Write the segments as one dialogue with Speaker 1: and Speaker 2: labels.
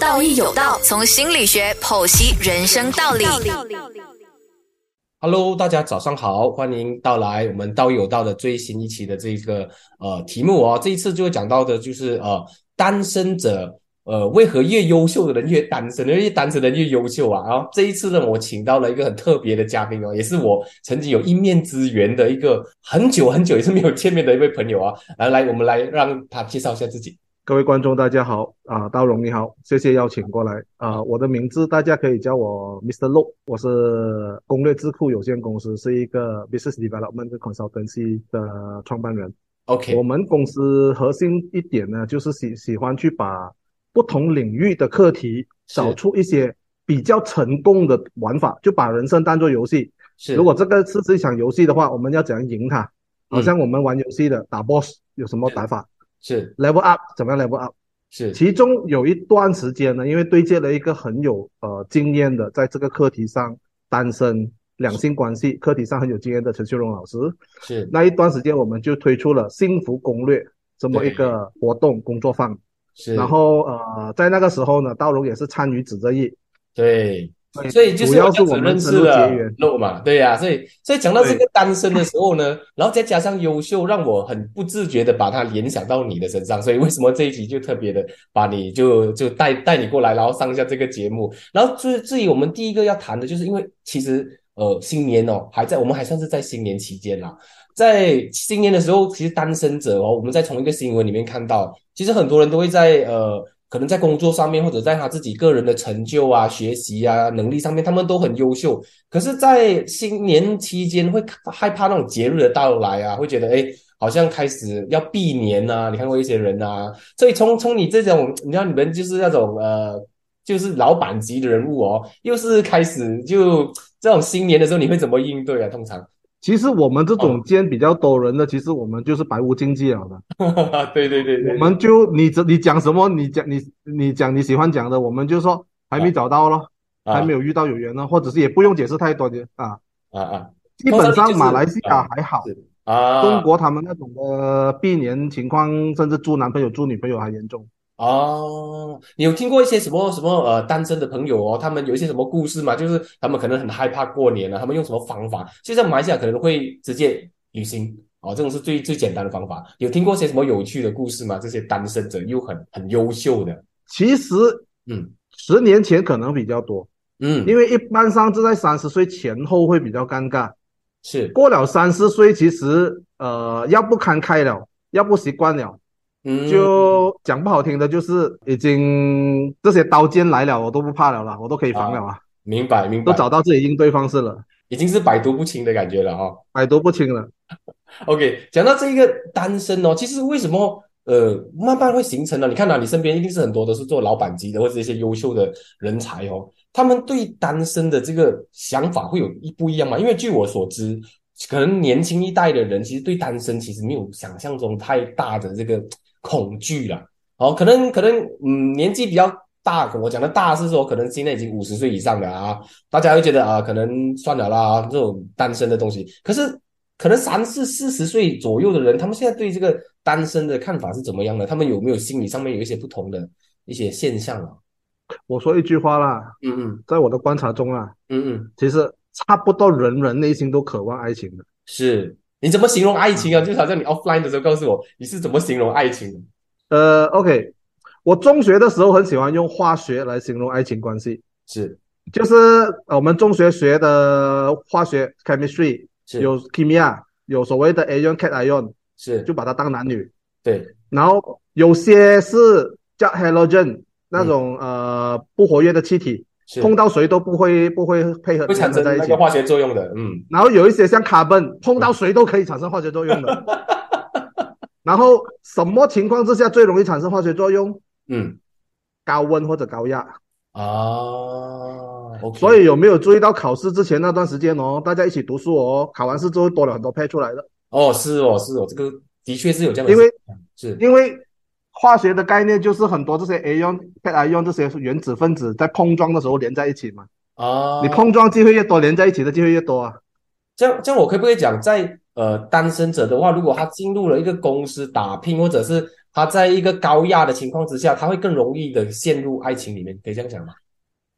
Speaker 1: 道义有道，从心理学剖析人生道理。
Speaker 2: Hello，大家早上好，欢迎到来我们道友道的最新一期的这个呃题目哦，这一次就会讲到的就是呃单身者呃为何越优秀的人越单身，越单身的人越优秀啊？然后这一次呢，我请到了一个很特别的嘉宾哦，也是我曾经有一面之缘的一个很久很久也是没有见面的一位朋友啊，来来，我们来让他介绍一下自己。
Speaker 3: 各位观众，大家好啊，刀荣你好，谢谢邀请过来啊。我的名字大家可以叫我 Mr. Lo，我是攻略智库有限公司，是一个 business development consultancy 的创办人。
Speaker 2: OK，
Speaker 3: 我们公司核心一点呢，就是喜喜欢去把不同领域的课题
Speaker 2: 是
Speaker 3: 找出一些比较成功的玩法，就把人生当做游戏。
Speaker 2: 是
Speaker 3: 如果这个是一场游戏的话，我们要怎样赢它？好
Speaker 2: 嗯
Speaker 3: 像我们玩游戏的打 boss 有什么打法
Speaker 2: 是
Speaker 3: ？level up 怎么样 level up？
Speaker 2: 是
Speaker 3: 其中有一段时间呢，因为对接了一个很有呃经验的，在这个课题上单身两性关系课题上很有经验的陈秀荣老师，
Speaker 2: 是
Speaker 3: 那一段时间我们就推出了幸福攻略这么一个活动工作坊，
Speaker 2: 是，
Speaker 3: 然后呃在那个时候呢，道荣也是参与指着意，
Speaker 2: 对。所以就是
Speaker 3: 主要
Speaker 2: 这样
Speaker 3: 是
Speaker 2: 子
Speaker 3: 我们
Speaker 2: 认
Speaker 3: 深
Speaker 2: 识
Speaker 3: 入
Speaker 2: 了
Speaker 3: 结缘，
Speaker 2: 肉嘛，对呀、所以所以讲到这
Speaker 3: 对
Speaker 2: 个单身的时候呢，然后再加上优秀，让我很不自觉的把它联想到你的身上，所以为什么这一集就特别的把你就就带带你过来，然后上一下这个节目，然后至至于我们第一个要谈的就是因为其实呃新年哦还在我们还算是在新年期间啦，在新年的时候，其实单身者哦，我们在从一个新闻里面看到，其实很多人都会在呃，可能在工作上面，或者在他自己个人的成就啊、学习啊、能力上面，他们都很优秀。可是，在新年期间，会害怕那种节日的到来啊，会觉得哎，诶好像开始要避年呐、啊。你看过一些人啊，所以从从你这种，你知道你们就是那种呃，就是老板级的人物哦，又是开始就这种新年的时候，你会怎么应对啊？通常，
Speaker 3: 其实我们这
Speaker 2: 哦
Speaker 3: 种兼比较多人的，其实我们就是百无禁忌了的。
Speaker 2: 对对对对，
Speaker 3: 我们就你这你讲什么，你讲你你讲你喜欢讲的，我们就说还没找到咯，
Speaker 2: 啊
Speaker 3: 还没有遇到有缘呢，或者是也不用解释太多的啊。
Speaker 2: 啊啊
Speaker 3: 基本
Speaker 2: 通常就
Speaker 3: 上
Speaker 2: 是
Speaker 3: 马来西亚
Speaker 2: 啊
Speaker 3: 还好，
Speaker 2: 是啊！
Speaker 3: 中国他们那种的避年情况，甚至猪男朋友、猪女朋友还严重。
Speaker 2: 哦，你有听过一些什么什么呃单身的朋友哦，他们有一些什么故事吗？就是他们可能很害怕过年啊，他们用什么方法？就在马来西亚可能会直接旅行哦，这种是最最简单的方法。有听过些什么有趣的故事吗？这些单身者又很很优秀的，
Speaker 3: 其实
Speaker 2: 嗯
Speaker 3: 十年前可能比较多，
Speaker 2: 嗯，
Speaker 3: 因为一般上是在三十岁前后会比较尴尬，
Speaker 2: 是
Speaker 3: 过了三十岁，其实呃要不看开了，要不习惯了，
Speaker 2: 嗯
Speaker 3: 就讲不好听的，就是已经这些刀尖来了，我都不怕了啦，我都可以防了啊，
Speaker 2: 明白明
Speaker 3: 都
Speaker 2: 白，
Speaker 3: 找到自己应对方式了，
Speaker 2: 已经是百毒不侵的感觉了哦。
Speaker 3: 百毒不侵了。
Speaker 2: OK，讲到这一个单身哦，其实为什么呃慢慢会形成呢？你看啊，你身边一定是很多都是做老板级的，或者一些优秀的人才哦，他们对单身的这个想法会有一不一样吗？因为据我所知，可能年轻一代的人其实对单身其实没有想象中太大的这个恐惧啦。哦，可能可能嗯年纪比较大，我讲的大是说可能现在已经五十岁以上的啊，大家会觉得啊，可能算了啦，这种单身的东西。可是，可能三四四十岁左右的人，他们现在对这个单身的看法是怎么样的？他们有没有心理上面有一些不同的一些现象啊？
Speaker 3: 我说一句话啦，
Speaker 2: 嗯嗯
Speaker 3: 在我的观察中啊，
Speaker 2: 嗯嗯，
Speaker 3: 其实差不多人人内心都渴望爱情的。
Speaker 2: 是。你怎么形容爱情啊？就好像你 offline 的时候告诉我，你是怎么形容爱情的？
Speaker 3: 呃，OK，我中学的时候很喜欢用化学来形容爱情关系，
Speaker 2: 是
Speaker 3: 就是呃我们中学学的化学 chemistry
Speaker 2: 是
Speaker 3: 有 chemia，有所谓的 ion cat ion，
Speaker 2: 是，
Speaker 3: 就把它当男女。
Speaker 2: 对
Speaker 3: 然后有些是叫 halogen 那种、呃不活跃的气体，
Speaker 2: 嗯是
Speaker 3: 碰到谁都不会不会配合
Speaker 2: 会产
Speaker 3: 联合
Speaker 2: 生
Speaker 3: 在一
Speaker 2: 那
Speaker 3: 起
Speaker 2: 个。化学作用的，嗯
Speaker 3: 然后有一些像 carbon，碰到谁都可以产生化学作用的。然后什么情况之下最容易产生化学作用？
Speaker 2: 嗯
Speaker 3: 高温或者高压。
Speaker 2: 啊，OK，
Speaker 3: 所以有没有注意到考试之前那段时间哦，大家一起读书哦，考完试之后多了很多配出来的，
Speaker 2: 哦是哦是哦，这个的确是有这样的
Speaker 3: 因为
Speaker 2: 现象，是
Speaker 3: 因为。化学的概念就是很多这些 ion、cation 这些原子分子在碰撞的时候连在一起嘛。
Speaker 2: 啊，
Speaker 3: 你碰撞机会越多，连在一起的机会越多啊。
Speaker 2: 这样，这样我可不可以讲，在呃单身者的话，如果他进入了一个公司打拼，或者是他在一个高压的情况之下，他会更容易的陷入爱情里面，可以这样讲吗？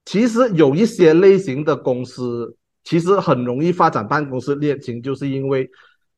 Speaker 3: 其实有一些类型的公司，其实很容易发展办公室恋情，就是因为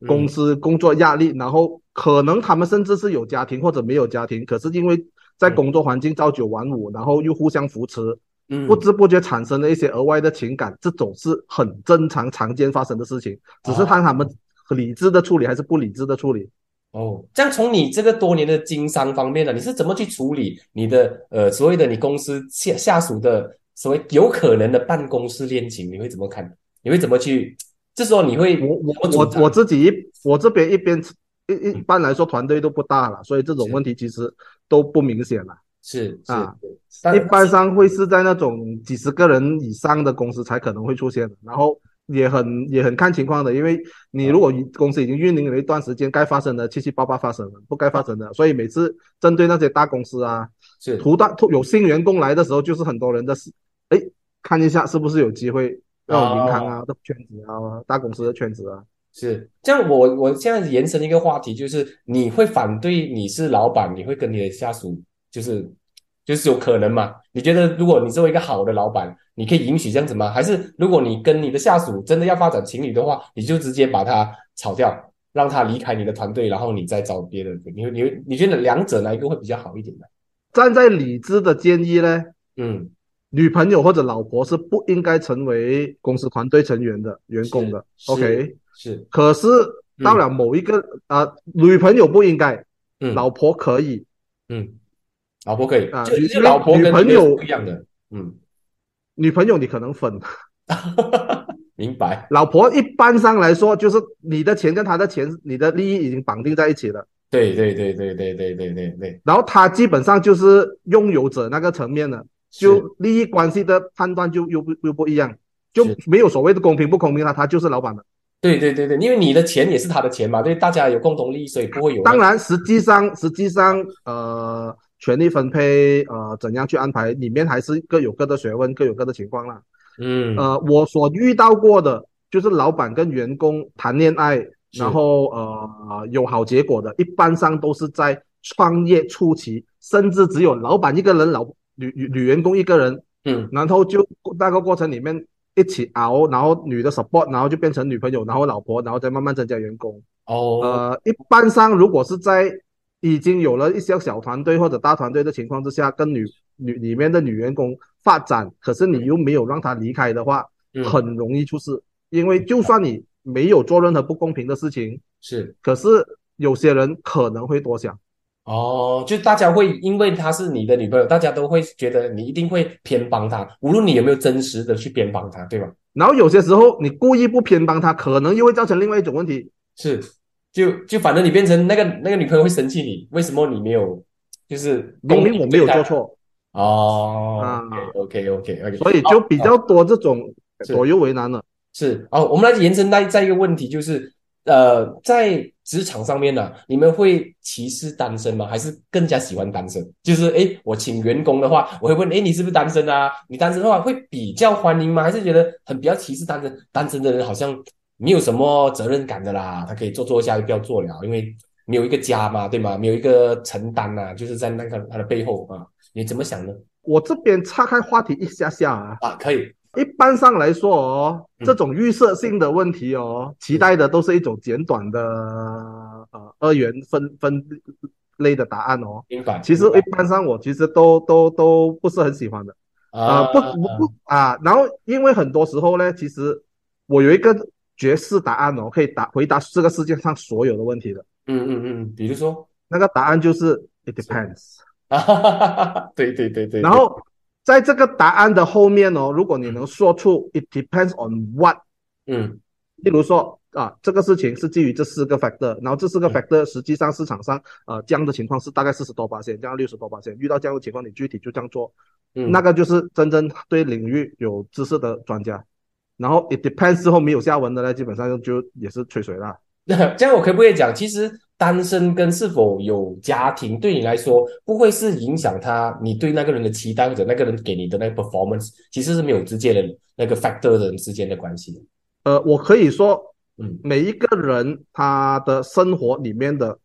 Speaker 3: 公司工作压力，然后可能他们甚至是有家庭或者没有家庭，可是因为在工作环境朝九晚五，然后又互相扶持，
Speaker 2: 嗯，
Speaker 3: 不知不觉产生了一些额外的情感，这种是很正常、常见发生的事情，只是看他们理智的处理还是不理智的处理。
Speaker 2: 哦，这样从你这个多年的经商方面呢，你是怎么去处理你的呃所谓的你公司下下属的所谓有可能的办公室恋情，你会怎么看？你会怎么去？这时候你会
Speaker 3: 我
Speaker 2: 怎么
Speaker 3: 我
Speaker 2: 主
Speaker 3: 我
Speaker 2: 张
Speaker 3: 我自己一我这边一边一一般来说团队都不大了，所以这种
Speaker 2: 是
Speaker 3: 问题其实都不明显了。
Speaker 2: 是是
Speaker 3: 啊，
Speaker 2: 但
Speaker 3: 一般上会是在那种几十个人以上的公司才可能会出现的，然后也很也很看情况的，因为你如果公司已经运营了一段时间，该发生的七七八八发生了，不该发生的，所以每次针对那些大公司啊，
Speaker 2: 是
Speaker 3: 途大途有新员工来的时候，就是很多人的事，哎，看一下是不是有机会那种银行
Speaker 2: 哦
Speaker 3: 啊的圈子啊，大公司的圈子啊，
Speaker 2: 是，这样我我现在延伸一个话题，就是你会反对你是老板，你会跟你的下属，就是就是有可能嘛？你觉得如果你作为一个好的老板，你可以允许这样子吗？还是如果你跟你的下属真的要发展情侣的话，你就直接把他炒掉，让他离开你的团队，然后你再找别人？你会你会你觉得两者哪一个会比较好一点呢？
Speaker 3: 站在理智的建议呢，
Speaker 2: 嗯，
Speaker 3: 女朋友或者老婆是不应该成为公司团队成员的员工的
Speaker 2: 是
Speaker 3: ，OK。
Speaker 2: 是，
Speaker 3: 可是到了某一个啊、呃女朋友不应该，
Speaker 2: 嗯
Speaker 3: 老婆可以。
Speaker 2: 嗯，老婆可以，
Speaker 3: 啊
Speaker 2: 就
Speaker 3: 女
Speaker 2: 就老婆
Speaker 3: 女
Speaker 2: 跟
Speaker 3: 朋
Speaker 2: 别人是
Speaker 3: 友
Speaker 2: 不一样的，嗯，
Speaker 3: 女朋友你可能分，
Speaker 2: 明白，
Speaker 3: 老婆一般上来说就是你的钱跟她的钱，你的利益已经绑定在一起了。
Speaker 2: 对对对对对对对对对，
Speaker 3: 然后她基本上就是拥有者那个层面了，
Speaker 2: 是。
Speaker 3: 就利益关系的判断就又不又不一样，就是没有所谓的公平不公平了，她就是老板了。
Speaker 2: 对对对对，因为你的钱也是他的钱嘛，对，大家有共同利益，所以不会有那
Speaker 3: 当然，实际上实际上呃，权力分配呃怎样去安排，里面还是各有各的学问，各有各的情况啦。
Speaker 2: 嗯
Speaker 3: 呃，我所遇到过的就是老板跟员工谈恋爱，
Speaker 2: 是
Speaker 3: 然后呃有好结果的，一般上都是在创业初期，甚至只有老板一个人，老女女女员工一个人，
Speaker 2: 嗯
Speaker 3: 然后就那个过程里面一起熬，然后女的 support，然后就变成女朋友，然后老婆，然后再慢慢增加员工。
Speaker 2: 哦
Speaker 3: 呃，一般上如果是在已经有了一些小团队或者大团队的情况之下，跟女女里面的女员工发展，可是你又没有让她离开的话，
Speaker 2: 嗯
Speaker 3: 很容易出事。因为就算你没有做任何不公平的事情，
Speaker 2: 是
Speaker 3: 可是有些人可能会多想。
Speaker 2: 哦，就大家会因为她是你的女朋友，大家都会觉得你一定会偏帮她，无论你有没有真实的去偏帮她，对吧？
Speaker 3: 然后有些时候你故意不偏帮她，可能又会造成另外一种问题。
Speaker 2: 是，就就反正你变成那个那个女朋友会生气你，为什么你没有就是
Speaker 3: 明明我没
Speaker 2: 公
Speaker 3: 有做
Speaker 2: 平对待
Speaker 3: 错，
Speaker 2: 哦
Speaker 3: 啊
Speaker 2: ，OK OK OK，
Speaker 3: 所以就比较多这种
Speaker 2: 是
Speaker 3: 左右为难了。
Speaker 2: 是哦，我们来延伸再再一个问题，就是呃，在职场上面呢、你们会歧视单身吗？还是更加喜欢单身？就是诶，我请员工的话，我会问诶，你是不是单身啊？你单身的话会比较欢迎吗？还是觉得很比较歧视单身？单身的人好像没有什么责任感的啦，他可以做做一下就不要做了，因为没有一个家嘛，对吗？没有一个承担呐、就是在那个他的背后啊，你怎么想呢？
Speaker 3: 我这边岔开话题一下下啊，
Speaker 2: 啊，可以，
Speaker 3: 一般上来说哦，
Speaker 2: 嗯
Speaker 3: 这种预设性的问题哦，期待的都是一种简短的呃二元分分类的答案哦。
Speaker 2: 明白。
Speaker 3: 其实
Speaker 2: 明白
Speaker 3: 一般上我其实都都都不是很喜欢的啊、
Speaker 2: 啊
Speaker 3: 不不不啊。然后因为很多时候呢，其实我有一个绝世答案哦，可以答回答这个世界上所有的问题的。
Speaker 2: 嗯嗯嗯，比如说。
Speaker 3: 那个答案就是 it depends。
Speaker 2: 啊哈哈哈哈！ 对对对对，
Speaker 3: 然后在这个答案的后面哦，如果你能说出
Speaker 2: 嗯
Speaker 3: it depends on what。
Speaker 2: 对嗯
Speaker 3: 例如说啊，这个事情是基于这四个 factor，然后这四个
Speaker 2: 嗯
Speaker 3: factor 实际上市场上呃这样的情况是大概四十多八千，这样六十多八千，遇到这样的情况你具体就这样做，
Speaker 2: 嗯，
Speaker 3: 那个就是真正对领域有知识的专家。然后 it depends 之后没有下文的呢，基本上就也是吹水啦。
Speaker 2: 这样我可不可以讲，其实单身跟是否有家庭对你来说，不会是影响他你对那个人的期待或者那个人给你的那个 performance，其实是没有直接的那个 factor 的之间的关系的。
Speaker 3: 呃，我可以说
Speaker 2: 嗯
Speaker 3: 每一个人他的生活里面的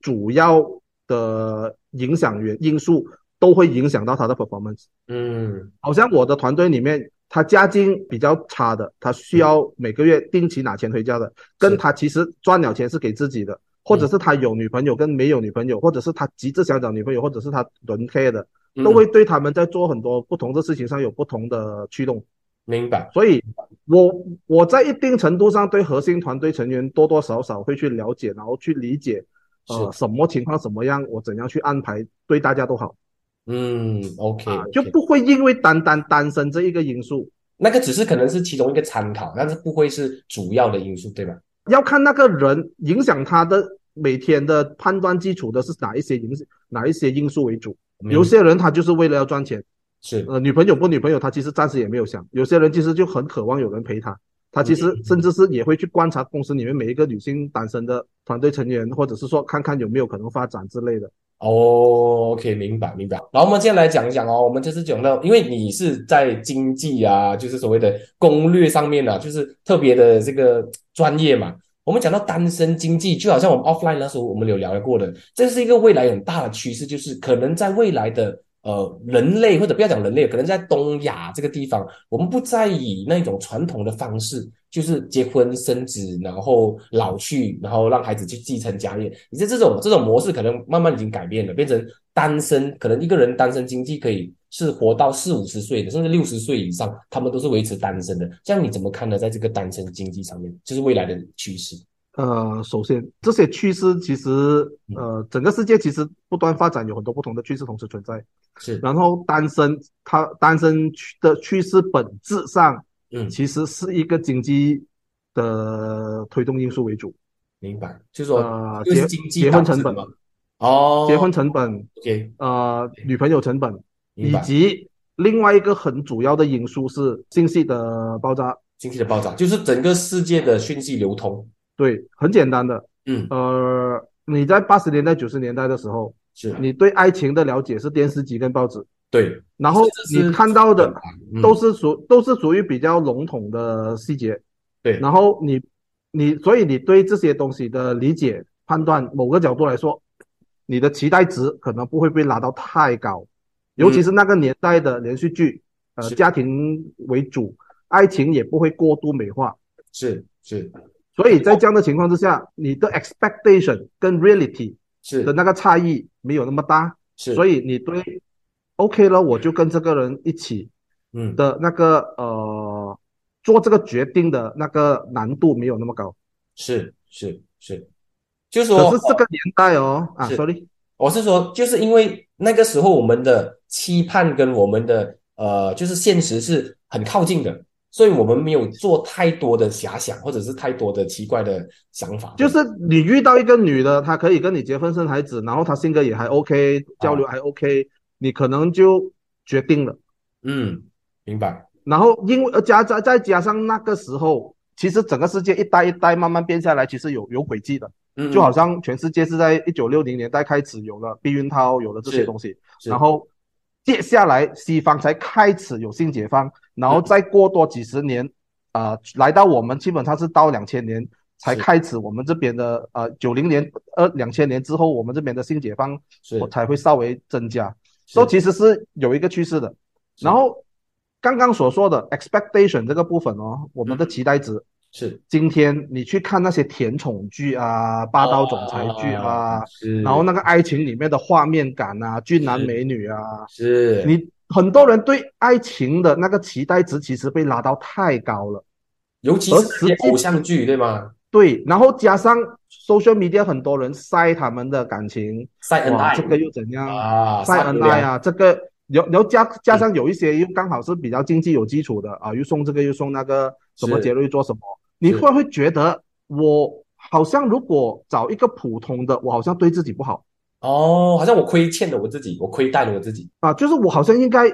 Speaker 3: 主要的影响源因素都会影响到他的 performance。
Speaker 2: 嗯
Speaker 3: 好像我的团队里面，他家境比较差的，他
Speaker 2: 嗯
Speaker 3: 需要每个月定期拿钱回家的，跟他其实赚了钱是给自己的，或
Speaker 2: 嗯
Speaker 3: 者是他有女朋友跟没有女朋友，或者是他急着想找女朋友，或者是他轮 K 的，
Speaker 2: 嗯
Speaker 3: 都会对他们在做很多不同的事情上有不同的驱动。
Speaker 2: 明白，
Speaker 3: 所以我我在一定程度上对核心团队成员多多少少会去了解，然后去理解，呃，什么情况什么样，我怎样去安排，对大家都好
Speaker 2: 嗯，OK，
Speaker 3: 啊，就
Speaker 2: OK
Speaker 3: 不会因为单单单身这一个因素，
Speaker 2: 那个只是可能是其中一个参考，但是不会是主要的因素，对吧？
Speaker 3: 要看那个人影响他的每天的判断基础的是哪一些影哪一些因素为主。有
Speaker 2: 嗯
Speaker 3: 些人他就是为了要赚钱，
Speaker 2: 是
Speaker 3: 呃，女朋友不女朋友，他其实暂时也没有想。有些人其实就很渴望有人陪他，他其实
Speaker 2: 嗯
Speaker 3: 甚至是也会去观察公司里面每一个女性单身的团队成员，或者是说看看有没有可能发展之类的。
Speaker 2: 哦，OK，明白明白。然后我们接下来讲一讲哦，我们这次讲到，因为你是在经济啊，就是所谓的攻略上面啊，就是特别的这个专业嘛。我们讲到单身经济，就好像我们 offline 那时候我们有聊过的，这是一个未来很大的趋势，就是可能在未来的呃人类或者不要讲人类，可能在东亚这个地方，我们不再以那种传统的方式，就是结婚生子，然后老去，然后让孩子去继承家业。你在这种这种模式，可能慢慢已经改变了，变成单身，可能一个人单身经济可以是活到四五十岁的，甚至六十岁以上，他们都是维持单身的。这样你怎么看呢？在这个单身经济上面，就是未来的趋势。
Speaker 3: 呃，首先这些趋势其实
Speaker 2: 嗯
Speaker 3: 呃，整个世界其实不断发展，有很多不同的趋势同时存在。
Speaker 2: 是，
Speaker 3: 然后单身，它单身趋的趋势本质上
Speaker 2: 嗯，
Speaker 3: 其实是一个经济的推动因素为主，
Speaker 2: 明白，就是说
Speaker 3: 呃，
Speaker 2: 哦就是
Speaker 3: 结
Speaker 2: 经济
Speaker 3: 结婚
Speaker 2: 导致
Speaker 3: 成
Speaker 2: 的
Speaker 3: 本
Speaker 2: 嘛。哦，
Speaker 3: 结婚成本，
Speaker 2: ，OK，
Speaker 3: 呃，女朋友成本，
Speaker 2: 明
Speaker 3: 以
Speaker 2: 白。
Speaker 3: 及另外一个很主要的因素是信息的爆炸。
Speaker 2: 经济的暴涨就是整个世界的讯息流通。
Speaker 3: 对，很简单的，
Speaker 2: 嗯，
Speaker 3: 呃，你在八十年代、九十年代的时候，
Speaker 2: 是，
Speaker 3: 你对爱情的了解是电视机跟报纸，
Speaker 2: 对，
Speaker 3: 然后
Speaker 2: 这是
Speaker 3: 你看到的
Speaker 2: 嗯
Speaker 3: 都是属都是属于比较笼统的细节，
Speaker 2: 对
Speaker 3: 然后你你所以你对这些东西的理解判断，某个角度来说，你的期待值可能不会被拉到太高，尤其是那个年代的连续剧，呃，
Speaker 2: 嗯是
Speaker 3: 家庭为主，爱情也不会过度美化，
Speaker 2: 是是
Speaker 3: 所以在这样的情况之下，你的 expectation 跟 reality
Speaker 2: 是
Speaker 3: 的那个差异没有那么大，
Speaker 2: 是，
Speaker 3: 所
Speaker 2: 以
Speaker 3: 以你对 OK 了，我就跟这个人一起。
Speaker 2: 嗯，
Speaker 3: 的那个呃做这个决定的那个难度没有那么高。
Speaker 2: 是是是，就是
Speaker 3: 可
Speaker 2: 说
Speaker 3: 是这个年代哦，啊
Speaker 2: 是
Speaker 3: ，sorry，
Speaker 2: 我是说，就是因为那个时候我们的期盼跟我们的呃，就是现实是很靠近的，所以我们没有做太多的遐想，或者是太多的奇怪的想法，
Speaker 3: 就是你遇到一个女的，她可以跟你结婚生孩子，然后她性格也还 OK，交
Speaker 2: 哦
Speaker 3: 流还 OK，你可能就决定了。
Speaker 2: 嗯，明白，
Speaker 3: 然后因为呃加加再加上那个时候，其实整个世界一代一代慢慢变下来，其实有有轨迹的，
Speaker 2: 嗯，
Speaker 3: 就好
Speaker 2: 嗯
Speaker 3: 像全世界是在一九六零年代开始有了避孕套，有了这
Speaker 2: 是
Speaker 3: 些东西。
Speaker 2: 是
Speaker 3: 然后接下来西方才开始有性解放，然后再过多几十年，呃，来到我们基本上是到两千年才
Speaker 2: 是
Speaker 3: 开始，我们这边的呃九零年呃两千年之后，我们这边的性解放
Speaker 2: 是
Speaker 3: 才会稍微增加，所以
Speaker 2: 是
Speaker 3: 其实是有一个趋势的。然后刚刚所说的 expectation 这个部分哦，我们的期待值。
Speaker 2: 嗯是
Speaker 3: 今天你去看那些甜宠剧啊、霸道总裁剧啊，
Speaker 2: 是，
Speaker 3: 然后那个爱情里面的画面感啊、俊男
Speaker 2: 是
Speaker 3: 美女啊，
Speaker 2: 是
Speaker 3: 你很多人对爱情的那个期待值其实被拉到太高了，
Speaker 2: 尤其
Speaker 3: 而
Speaker 2: 是那些
Speaker 3: 实际
Speaker 2: 偶像剧，对吗？
Speaker 3: 对，然后加上 social media 很多人晒他们的感情，
Speaker 2: 晒恩
Speaker 3: 哇，
Speaker 2: 爱
Speaker 3: 这个又怎样？
Speaker 2: 啊，
Speaker 3: 晒
Speaker 2: 恩
Speaker 3: 恩爱啊，这个有然后加加上有一些又刚好是比较经济有基础的啊，又送这个又送那个，什么
Speaker 2: 是
Speaker 3: 节日又做什么，你
Speaker 2: 是
Speaker 3: 会不会觉得我好像如果找一个普通的，我好像对自己不好
Speaker 2: 哦，好像我亏欠了我自己，我亏待了我自己
Speaker 3: 啊？就是我好像应该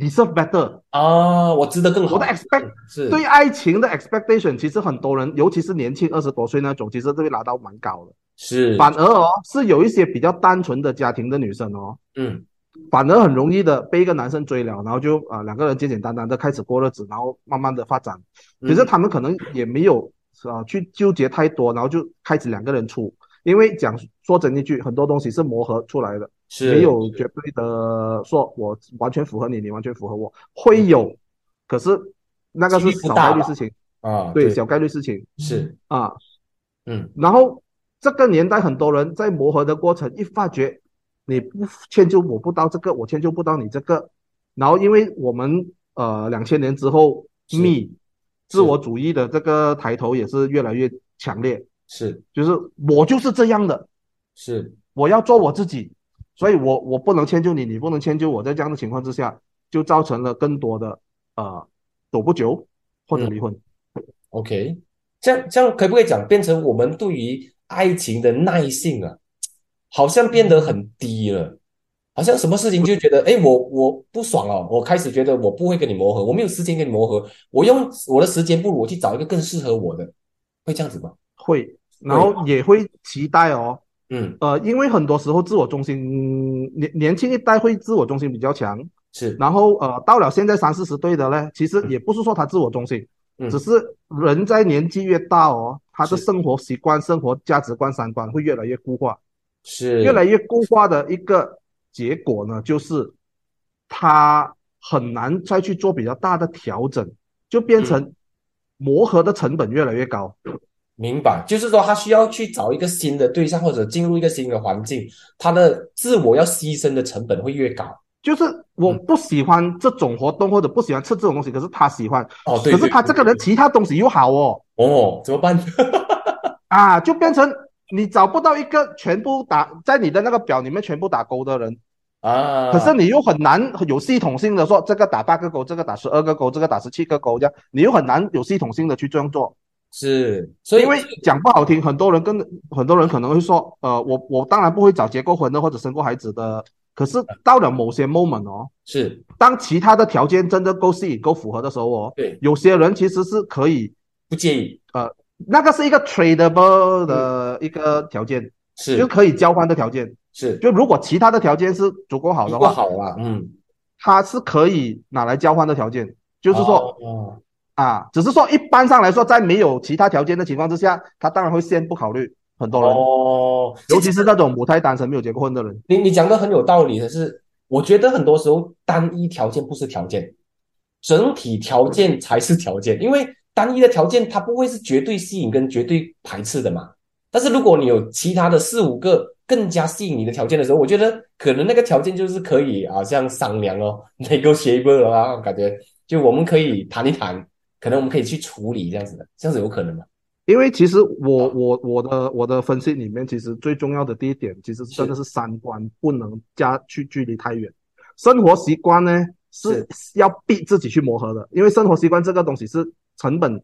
Speaker 3: deserve better，
Speaker 2: 啊，我值得更
Speaker 3: 我的
Speaker 2: 好，
Speaker 3: expect
Speaker 2: 是
Speaker 3: 对爱情的 expectation，其实很多人，尤其是年轻二十多岁那种，其实都会拿到蛮高的。
Speaker 2: 是，
Speaker 3: 反而哦，是有一些比较单纯的家庭的女生哦，
Speaker 2: 嗯，
Speaker 3: 反而很容易的被一个男生追了，然后就啊、呃两个人简简单单的开始过日子，然后慢慢的发展。
Speaker 2: 嗯
Speaker 3: 可是他们可能也没有啊、呃去纠结太多，然后就开始两个人处，因为讲说真一句，很多东西是磨合出来的，
Speaker 2: 是
Speaker 3: 没有绝对的说我完全符合你，你完全符合我，会有，可是那个
Speaker 2: 嗯几
Speaker 3: 是
Speaker 2: 率不
Speaker 3: 小
Speaker 2: 大
Speaker 3: 概率
Speaker 2: 吧
Speaker 3: 事情，
Speaker 2: 啊，
Speaker 3: 对，小概率事情
Speaker 2: 是，
Speaker 3: 啊。
Speaker 2: 嗯，
Speaker 3: 然后这个年代很多人在磨合的过程，一发觉你不迁就我不到这个，我迁就不到你这个，然后因为我们呃两千年之后
Speaker 2: 是
Speaker 3: 密自我主义的这个抬头也是越来越强烈，
Speaker 2: 是
Speaker 3: 就是我就是这样的，
Speaker 2: 是
Speaker 3: 我要做我自己，所以我我不能迁就你，你不能迁就我，在这样的情况之下，就造成了更多的呃走不久或者离婚。
Speaker 2: ，OK，这样这样可不可以讲变成我们对于爱情的耐性啊，好像变得很低了，好像什么事情就觉得，哎，我我不爽哦，我开始觉得我不会跟你磨合，我没有时间跟你磨合，我用我的时间不如我去找一个更适合我的，会这样子吗？
Speaker 3: 会，然后也会期待哦，
Speaker 2: 嗯，
Speaker 3: 呃，因为很多时候自我中心年年轻一代会自我中心比较强，
Speaker 2: 是，
Speaker 3: 然后呃，到了现在三四十岁的呢，其实也不是说他自我中心，
Speaker 2: 嗯
Speaker 3: 只是人在年纪越大哦，他的
Speaker 2: 是
Speaker 3: 生活习惯、生活价值观、三观会越来越固化，
Speaker 2: 是，
Speaker 3: 越来越固化的一个结果呢，就是他很难再去做比较大的调整，就变
Speaker 2: 嗯
Speaker 3: 成磨合的成本越来越高。
Speaker 2: 明白，就是说他需要去找一个新的对象，或者进入一个新的环境，他的自我要牺牲的成本会越高。
Speaker 3: 就是我
Speaker 2: 嗯
Speaker 3: 不喜欢这种活动，或者不喜欢吃这种东西，可是他喜欢，
Speaker 2: 哦，对
Speaker 3: 可是
Speaker 2: 对
Speaker 3: 他这个人其他东西又好哦，
Speaker 2: 哦，怎么办？
Speaker 3: 啊，就变成你找不到一个全部打在你的那个表里面全部打勾的人，
Speaker 2: 啊，
Speaker 3: 可是你又很难有系统性的说这个打八个勾，这个打十二个勾，这个打十七个勾这样，你又很难有系统性的去这样做，
Speaker 2: 是，所以
Speaker 3: 因为讲不好听，很多人跟很多人可能会说，呃，我我当然不会找结过婚的或者生过孩子的，可是到了某些 moment 哦，
Speaker 2: 是
Speaker 3: 当其他的条件真的够吸引、够符合的时候哦，
Speaker 2: 对
Speaker 3: 有些人其实是可以，
Speaker 2: 不介意，
Speaker 3: 那个是一个 tradable 的一个条件，
Speaker 2: 嗯是
Speaker 3: 就是可以交换的条件。
Speaker 2: 是，
Speaker 3: 就如果其他的条件是足够好
Speaker 2: 不
Speaker 3: 的
Speaker 2: 过
Speaker 3: 话，
Speaker 2: 好啦，嗯，
Speaker 3: 它是可以拿来交换的条件。就是说
Speaker 2: 哦，
Speaker 3: 啊，只是说一般上来说，在没有其他条件的情况之下，他当然会先不考虑很多人，
Speaker 2: 哦，
Speaker 3: 尤其是那种母胎单身没有结过婚的人。
Speaker 2: 你你讲的很有道理，可是我觉得很多时候单一条件不是条件，整体条件才是条件，因为单一的条件它不会是绝对吸引跟绝对排斥的嘛。但是如果你有其他的四五个更加吸引你的条件的时候，我觉得可能那个条件就是可以好像商量哦，negotiable 啊，感觉就我们可以谈一谈，可能我们可以去处理这样子的，这样子有可能吗？
Speaker 3: 因为其实我
Speaker 2: 哦
Speaker 3: 我我的我的分析里面，其实最重要的第一点，其实真的是三观不能加去距离太远。生活习惯呢是要逼自己去磨合的，因为生活习惯这个东西是成本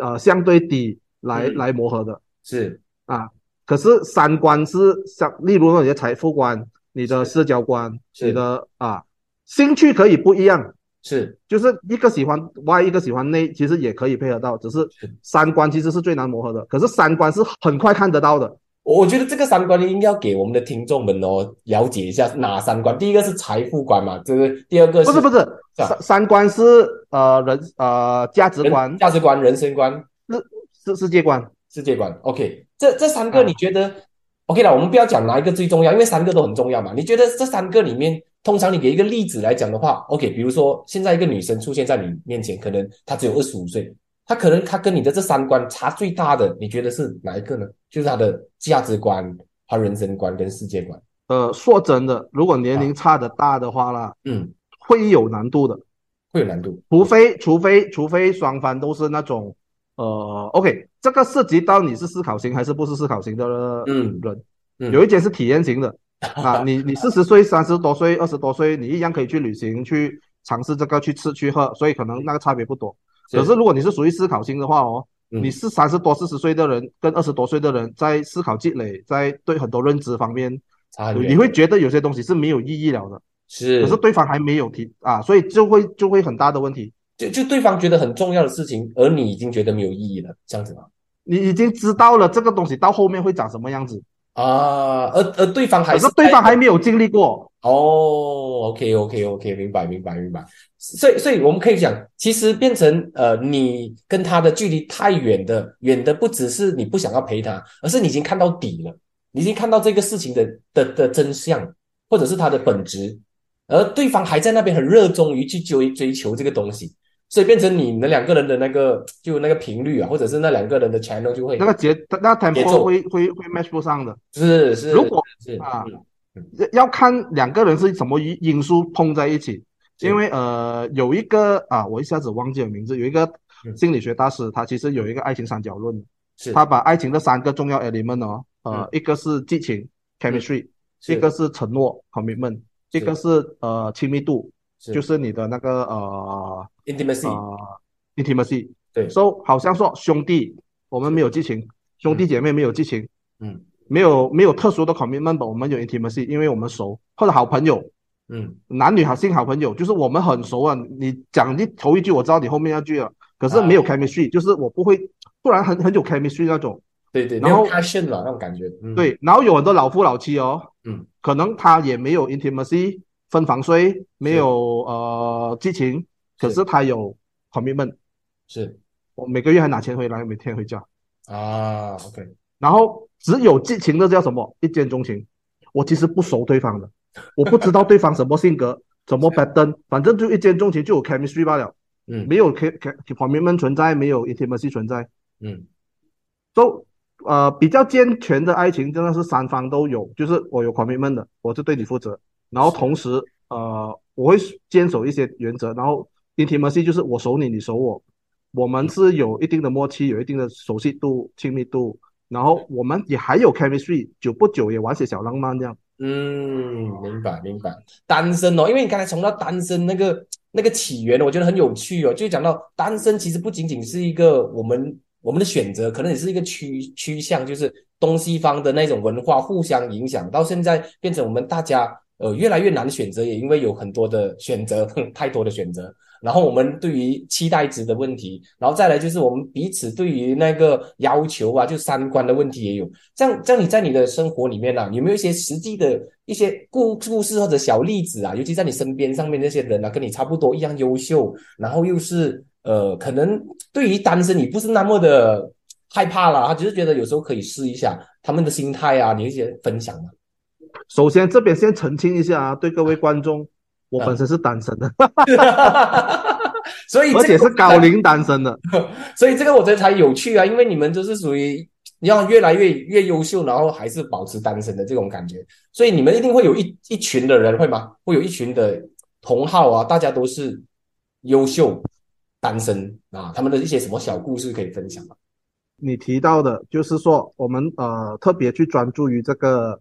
Speaker 3: 呃相对低来
Speaker 2: 嗯
Speaker 3: 来磨合的
Speaker 2: 是
Speaker 3: 啊。可是三观是像，例如说你的财富观、你的社交观、
Speaker 2: 是
Speaker 3: 你的啊兴趣可以不一样，
Speaker 2: 是
Speaker 3: 就是一个喜欢 Y，一个喜欢内，其实也可以配合到，只是
Speaker 2: 是
Speaker 3: 三观其实是最难磨合的。可是三观是很快看得到的，
Speaker 2: 我我觉得这个三观应该要给我们的听众们哦了解一下哪三观。第一个是财富观嘛，这个第二个
Speaker 3: 不是不是，
Speaker 2: 是啊
Speaker 3: 三三观是呃人呃价值
Speaker 2: 人
Speaker 3: 观、
Speaker 2: 价值观、人生观、
Speaker 3: 世世界观。
Speaker 2: 世界观。OK，这这三个
Speaker 3: 啊
Speaker 2: 你觉得、OK 了？我们不要讲哪一个最重要，因为三个都很重要嘛。你觉得这三个里面，通常你给一个例子来讲的话，OK，比如说现在一个女生出现在你面前，可能她只有二十五岁，她可能她跟你的这三观差最大的，你觉得是哪一个呢？就是她的价值观、她人生观跟世界观。
Speaker 3: 呃，说真的，如果年龄差的大的话啦，
Speaker 2: 嗯，
Speaker 3: 会有难度的，
Speaker 2: 会有难度。
Speaker 3: 除非除非除非双方都是那种呃，OK，这个涉及到你是思考型还是不是思考型的
Speaker 2: 嗯
Speaker 3: 人，
Speaker 2: 嗯
Speaker 3: 有一点是体验 型的。啊，你你四十岁、三十多岁、二十多岁，你一样可以去旅行、去尝试这个、去吃、去喝，所以可能那个差别不多。可是如果你是属于思考型的话哦，
Speaker 2: 嗯
Speaker 3: 你是三十多、四十岁的人跟二十多岁的人，在思考积累，在对很多认知方面，
Speaker 2: 差很远
Speaker 3: 你会觉得有些东西是没有意义了的。
Speaker 2: 是
Speaker 3: 可是对方还没有提啊，所以就会就会很大的问题。
Speaker 2: 就就对方觉得很重要的事情，而你已经觉得没有意义了，这样子吗？
Speaker 3: 你已经知道了这个东西到后面会长什么样子，
Speaker 2: 啊，而而对方还
Speaker 3: 可是
Speaker 2: 是
Speaker 3: 对
Speaker 2: 在
Speaker 3: 方还没有经历过。
Speaker 2: 哦，OK OK OK，明白明白明白。所以所以我们可以讲，其实变成呃，你跟他的距离太远的，远的不只是你不想要陪他，而是你已经看到底了，你已经看到这个事情的的的真相，或者是它的本质，而对方还在那边很热衷于去追追求这个东西，所以变成你们两个人的那个就那个频率啊，或者是那两个人的 channel 就会
Speaker 3: 那个节那个
Speaker 2: 节奏
Speaker 3: tempo 会会会 match 不上的。
Speaker 2: 是是，
Speaker 3: 如果
Speaker 2: 是
Speaker 3: 啊
Speaker 2: 嗯
Speaker 3: 要看两个人是什么因因素碰在一起，
Speaker 2: 对
Speaker 3: 因为呃，有一个啊，我一下子忘记了名字，有一个
Speaker 2: 嗯
Speaker 3: 心理学大师，他其实有一个爱情三角论，
Speaker 2: 是嗯
Speaker 3: 他把爱情的三个重要 element 哦，呃，一个是激情 chemistry，
Speaker 2: 是
Speaker 3: 一个是承诺 commitment，一个是呃亲密度，
Speaker 2: 是
Speaker 3: 就是你的那个呃
Speaker 2: intimacy
Speaker 3: 呃 intimacy。
Speaker 2: 对
Speaker 3: ，so 好像说兄弟，我们没有激情，兄弟姐妹没有激情，
Speaker 2: 嗯
Speaker 3: 没有没有特殊的 commitment，我们有 intimacy，因为我们熟，或者好朋友，
Speaker 2: 嗯
Speaker 3: 男女好性好朋友，就是我们很熟啊。你讲一头一句，我知道你后面那句了，可是没有
Speaker 2: 啊
Speaker 3: chemistry，就是我不会突然很很有 chemistry 那种。
Speaker 2: 对对，
Speaker 3: 然
Speaker 2: 那种
Speaker 3: 后
Speaker 2: passion 嘛那种感觉，嗯
Speaker 3: 对，然后有很多老夫老妻哦，
Speaker 2: 嗯，
Speaker 3: 可能他也没有 intimacy 分房睡，没有呃激情，可
Speaker 2: 是
Speaker 3: 是他有 commitment，
Speaker 2: 是
Speaker 3: 我每个月还拿钱回来，每天回家。
Speaker 2: 啊 OK
Speaker 3: 然后只有激情的叫什么？一见钟情。我其实不熟对方的，我不知道对方什么 性格，什么 pattern，反正就一见钟情就有 chemistry 罢了，
Speaker 2: 嗯
Speaker 3: 没有 c c commitment 存在，没有 intimacy 存在。
Speaker 2: 嗯
Speaker 3: 都呃比较健全的爱情真的是三方都有，就是我有 commitment 的，我就对你负责，然后同时呃我会坚守一些原则，然后 intimacy 就是我熟你，你熟我，我们是有一定的默契，有一定的熟悉度、亲密度，然后我们也还有 chemistry，久不久也玩些小浪漫这样。
Speaker 2: 嗯，明白明白。单身哦，因为你刚才从到单身那个那个起源，我觉得很有趣哦。就讲到单身，其实不仅仅是一个我们我们的选择，可能也是一个趋趋向，就是东西方的那种文化互相影响，到现在变成我们大家呃越来越难选择，也因为有很多的选择，太多的选择。然后我们对于期待值的问题，然后再来就是我们彼此对于那个要求啊，就三观的问题也有。这样，这样你在你的生活里面啊，有没有一些实际的一些故故事或者小例子啊？尤其在你身边上面那些人啊，跟你差不多一样优秀，然后又是呃，可能对于单身你不是那么的害怕啦，他只是觉得有时候可以试一下他们的心态啊，你有一些分享嘛？
Speaker 3: 首先这边先澄清一下啊，对各位观众，我本身是单身的，
Speaker 2: 所哎以这个
Speaker 3: 而且是高龄单身的。
Speaker 2: 所以这个我觉得才有趣啊，因为你们就是属于你要越来越越优秀，然后还是保持单身的这种感觉，所以你们一定会有一一群的人会吗？会有一群的同好啊，大家都是优秀单身啊，他们的一些什么小故事可以分享吗？
Speaker 3: 你提到的，就是说我们呃特别去专注于这个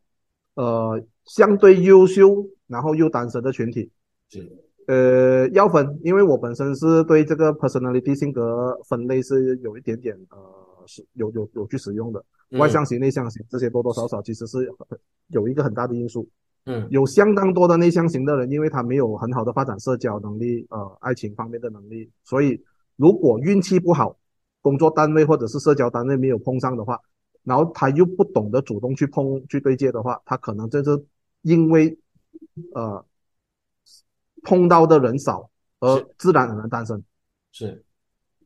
Speaker 3: 呃相对优秀，然后又单身的群体。
Speaker 2: 是
Speaker 3: 呃，要分，因为我本身是对这个 personality 性格分类是有一点点呃是有有有去使用的，
Speaker 2: 嗯
Speaker 3: 外向型、内向型这些多多少少其实是很有一个很大的因素。
Speaker 2: 嗯
Speaker 3: 有相当多的内向型的人，因为他没有很好的发展社交能力，呃，爱情方面的能力，所以如果运气不好，工作单位或者是社交单位没有碰上的话，然后他又不懂得主动去碰去对接的话，他可能就是因为呃碰到的人少而
Speaker 2: 是
Speaker 3: 自然而然单身，
Speaker 2: 是，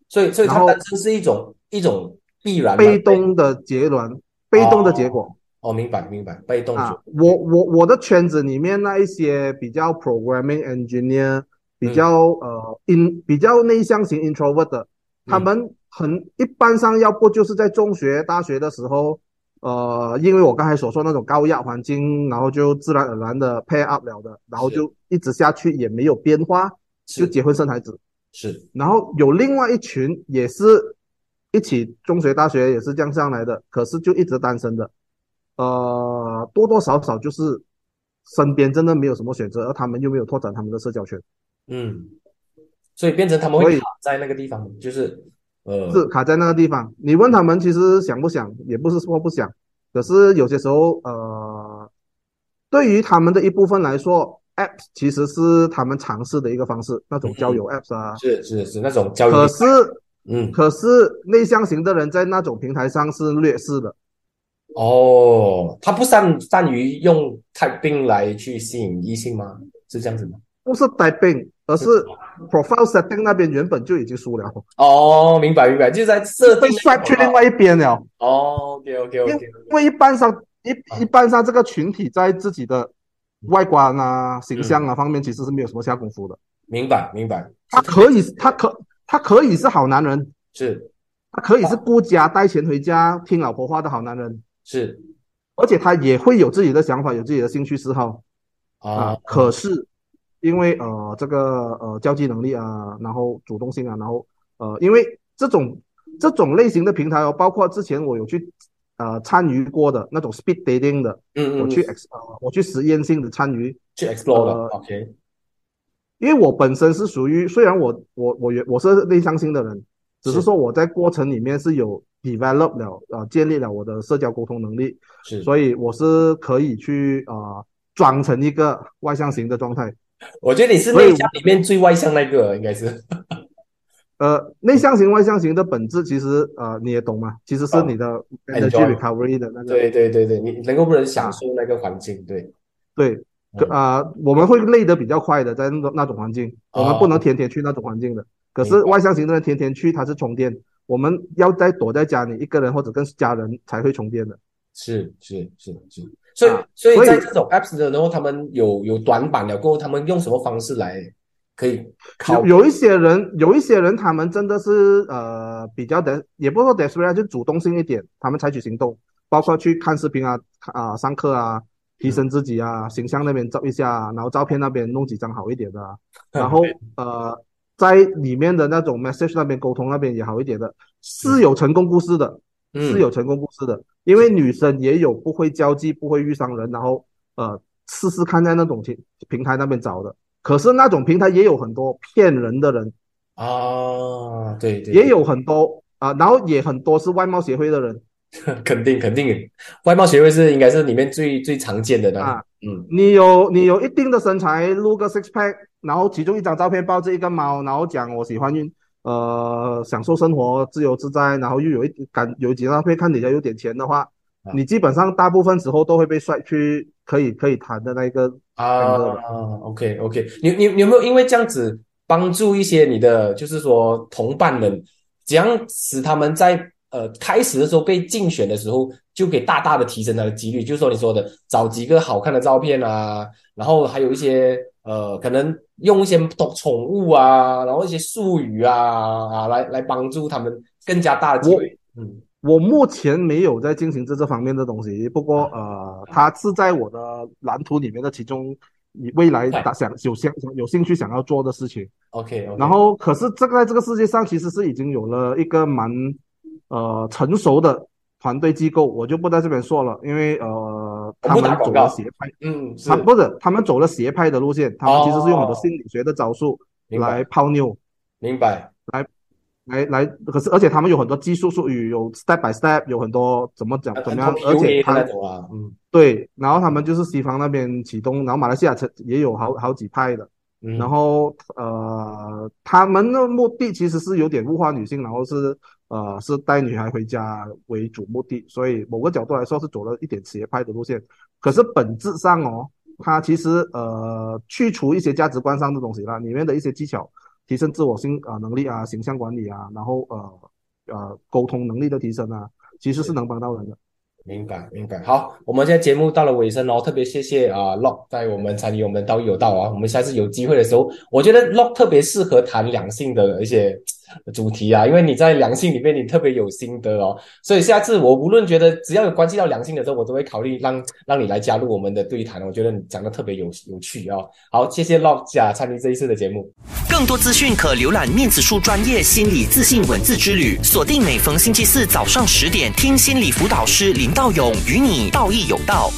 Speaker 2: 所以所以他
Speaker 3: 然后
Speaker 2: 单身是一种一种必然的
Speaker 3: 被动的结论，被动的结果。
Speaker 2: 哦，明白明白，被动
Speaker 3: 啊
Speaker 2: 主，
Speaker 3: 我我我的圈子里面那一些比较 programming engineer，比较、呃 in 比较内向型 introvert 的，他们很一般上要不就是在中学、大学的时候，呃，因为我刚才所说那种高压环境，然后就自然而然的 pair up 了的，然后
Speaker 2: 是
Speaker 3: 就一直下去也没有变化，就是结婚生孩子。
Speaker 2: 是
Speaker 3: 然后有另外一群也是一起中学、大学也是这样上来的，可是就一直单身的，呃，多多少少就是身边真的没有什么选择，而他们又没有拓展他们的社交圈，
Speaker 2: 嗯，所以变成他们
Speaker 3: 所
Speaker 2: 会
Speaker 3: 以
Speaker 2: 卡在那个地方，就是呃
Speaker 3: 是卡在那个地方。你问他们其实想不想，也不是说不想，可是有些时候，呃，对于他们的一部分来说，app 其实是他们尝试的一个方式，那种交友 apps 啊。
Speaker 2: 是是是那种交易
Speaker 3: 可是，
Speaker 2: 嗯，
Speaker 3: 可是内向型的人在那种平台上是劣势的。
Speaker 2: 哦，他不善善于用 typing 来去吸引异性吗？是这样子吗？
Speaker 3: 不是 typing，而是 profile setting 那边原本就已经输了，
Speaker 2: 哦，明白明白，就是在设
Speaker 3: 被
Speaker 2: 定那个哦
Speaker 3: 甩去另外一边了。
Speaker 2: 哦，OK OK OK，
Speaker 3: 因为一般上一一般上这个群体在自己的外观啊、形象啊方面，其实是没有什么下功夫的。
Speaker 2: 明白明白，
Speaker 3: 他可以，他可他可以是好男人，
Speaker 2: 是
Speaker 3: 他可以是顾家带钱回家、听老婆话的好男人，
Speaker 2: 是
Speaker 3: 而且他也会有自己的想法，有自己的兴趣嗜好啊
Speaker 2: 啊。，
Speaker 3: 可是因为呃这个呃交际能力啊，然后主动性啊，然后呃因为这种这种类型的平台哦，包括之前我有去呃参与过的那种 speed dating 的，
Speaker 2: 嗯嗯，
Speaker 3: 我
Speaker 2: 嗯
Speaker 3: 去 ex 呃我去实验性的参与，
Speaker 2: 去 explore 了
Speaker 3: 呃
Speaker 2: ，OK，
Speaker 3: 因为我本身是属于，虽然我我我原我是内向型的人，只是
Speaker 2: 是
Speaker 3: 说我在过程里面是有 develop 了呃，建立了我的社交沟通能力，
Speaker 2: 是，
Speaker 3: 所以我是可以去呃装成一个外向型的状态。
Speaker 2: 我觉得你是
Speaker 3: 所以
Speaker 2: 内向里面最外向那个，应该是
Speaker 3: 呃，内向型、外向型的本质其实呃你也懂嘛，其实是
Speaker 2: 啊
Speaker 3: 你的
Speaker 2: enjoy
Speaker 3: energy recovery 的那个
Speaker 2: 对对对对，你能够不能享受那个环境，对，
Speaker 3: 对，可啊，我们会累得比较快的，在那种那种环境，我们不能天天去那种环境的。可是
Speaker 2: 哦明白
Speaker 3: 外向型的人天天去，他是充电。我们要在躲在家里一个人或者跟家人才会充电的。
Speaker 2: 是是是是，所以
Speaker 3: 啊
Speaker 2: 所以
Speaker 3: 所以
Speaker 2: 在这种 apps 的时候，他们有有短板了过后，他们用什么方式来可以靠
Speaker 3: 有有一些人，有一些人他们真的是呃比较的，也不是说 desperate，就啊主动性一点，他们采取行动，包括去看视频啊啊、上课啊，提升自己啊，形象那边照一下啊，然后照片那边弄几张好一点的啊、
Speaker 2: 嗯
Speaker 3: 然后呃，在里面的那种 message 那边沟通那边也好一点的，是有成功故事的，
Speaker 2: 嗯
Speaker 3: 是有成功故事的，因为女生也有不会交际、不会遇上人，然后呃试试看在那种平平台那边找的。可是那种平台也有很多骗人的人，
Speaker 2: 啊，对对
Speaker 3: 也有很多啊、然后也很多是外貌协会的人。
Speaker 2: 对， 肯定肯定，外貌协会是应该是里面最最常见的那
Speaker 3: 啊
Speaker 2: 嗯，
Speaker 3: 你有你有一定的身材，录个 six pack，然后其中一张照片抱着一个猫，然后讲我喜欢运呃享受生活自由自在，然后又有一感有几张照片看你家有点钱的话
Speaker 2: 啊，
Speaker 3: 你基本上大部分时候都会被甩去可以可以谈的那一个
Speaker 2: 啊
Speaker 3: 感觉吧
Speaker 2: ，OK OK，你你你有没有因为这样子帮助一些你的就是说同伴们，怎样使他们在呃开始的时候被竞选的时候，就给大大的提升他的几率？就是说你说的找几个好看的照片啊，然后还有一些呃可能用一些宠宠物啊，然后一些术语啊啊来来帮助他们更加大的机会。嗯，
Speaker 3: 我目前没有在进行这这方面的东西，不过
Speaker 2: 嗯
Speaker 3: 呃，它是在我的蓝图里面的其中，你未来打想有想有兴趣想要做的事情。
Speaker 2: OK OK，
Speaker 3: 然后，可是这个在这个世界上其实是已经有了一个蛮呃成熟的团队机构，我就不在这边说了，因为呃
Speaker 2: 我
Speaker 3: 他
Speaker 2: 们
Speaker 3: 们
Speaker 2: 打广
Speaker 3: 走
Speaker 2: 告
Speaker 3: 了邪派，
Speaker 2: 嗯是
Speaker 3: 他不是他们走了邪派的路线，他们其实是用我
Speaker 2: 哦
Speaker 3: 的心理学的招数
Speaker 2: 明白
Speaker 3: 来泡妞。
Speaker 2: 明白。
Speaker 3: 来来，可是而且他们有很多技术术语，有 step by step，有很多怎么讲
Speaker 2: 很
Speaker 3: 怎
Speaker 2: 呃很
Speaker 3: 么
Speaker 2: 多
Speaker 3: 样，而
Speaker 2: PUA
Speaker 3: 且
Speaker 2: 的
Speaker 3: 他
Speaker 2: 那种啊，嗯
Speaker 3: 对，然后他们就是西方那边启动，然后马来西亚也有好好几派的，
Speaker 2: 嗯，
Speaker 3: 然后呃，他们的目的其实是有点物化女性，然后是呃是带女孩回家为主目的，所以某个角度来说是走了一点邪派的路线。可是本质上哦，它其实呃去除一些价值观上的东西啦，里面的一些技巧，提升自我性啊、呃能力啊、形象管理啊，然后呃呃沟通能力的提升啊，其实是能帮到人的。
Speaker 2: 明白，明白。好，我们现在节目到了尾声哦，特别谢谢啊、Lock 带我们参与我们道义有道啊。我们下次有机会的时候，我觉得 Lock 特别适合谈两性的一些呃主题啊，因为你在两性里面你特别有心得哦。所以下次我无论觉得只要有关系到两性的时候，我都会考虑让让你来加入我们的对谈。我觉得你讲的特别有有趣哦。好，谢谢 Lock 啊，参与这一次的节目。
Speaker 4: 更多资讯可浏览面子书专业心理自信文字之旅，锁定每逢星期四早上十点，听心理辅导师林道勇与你道义有道。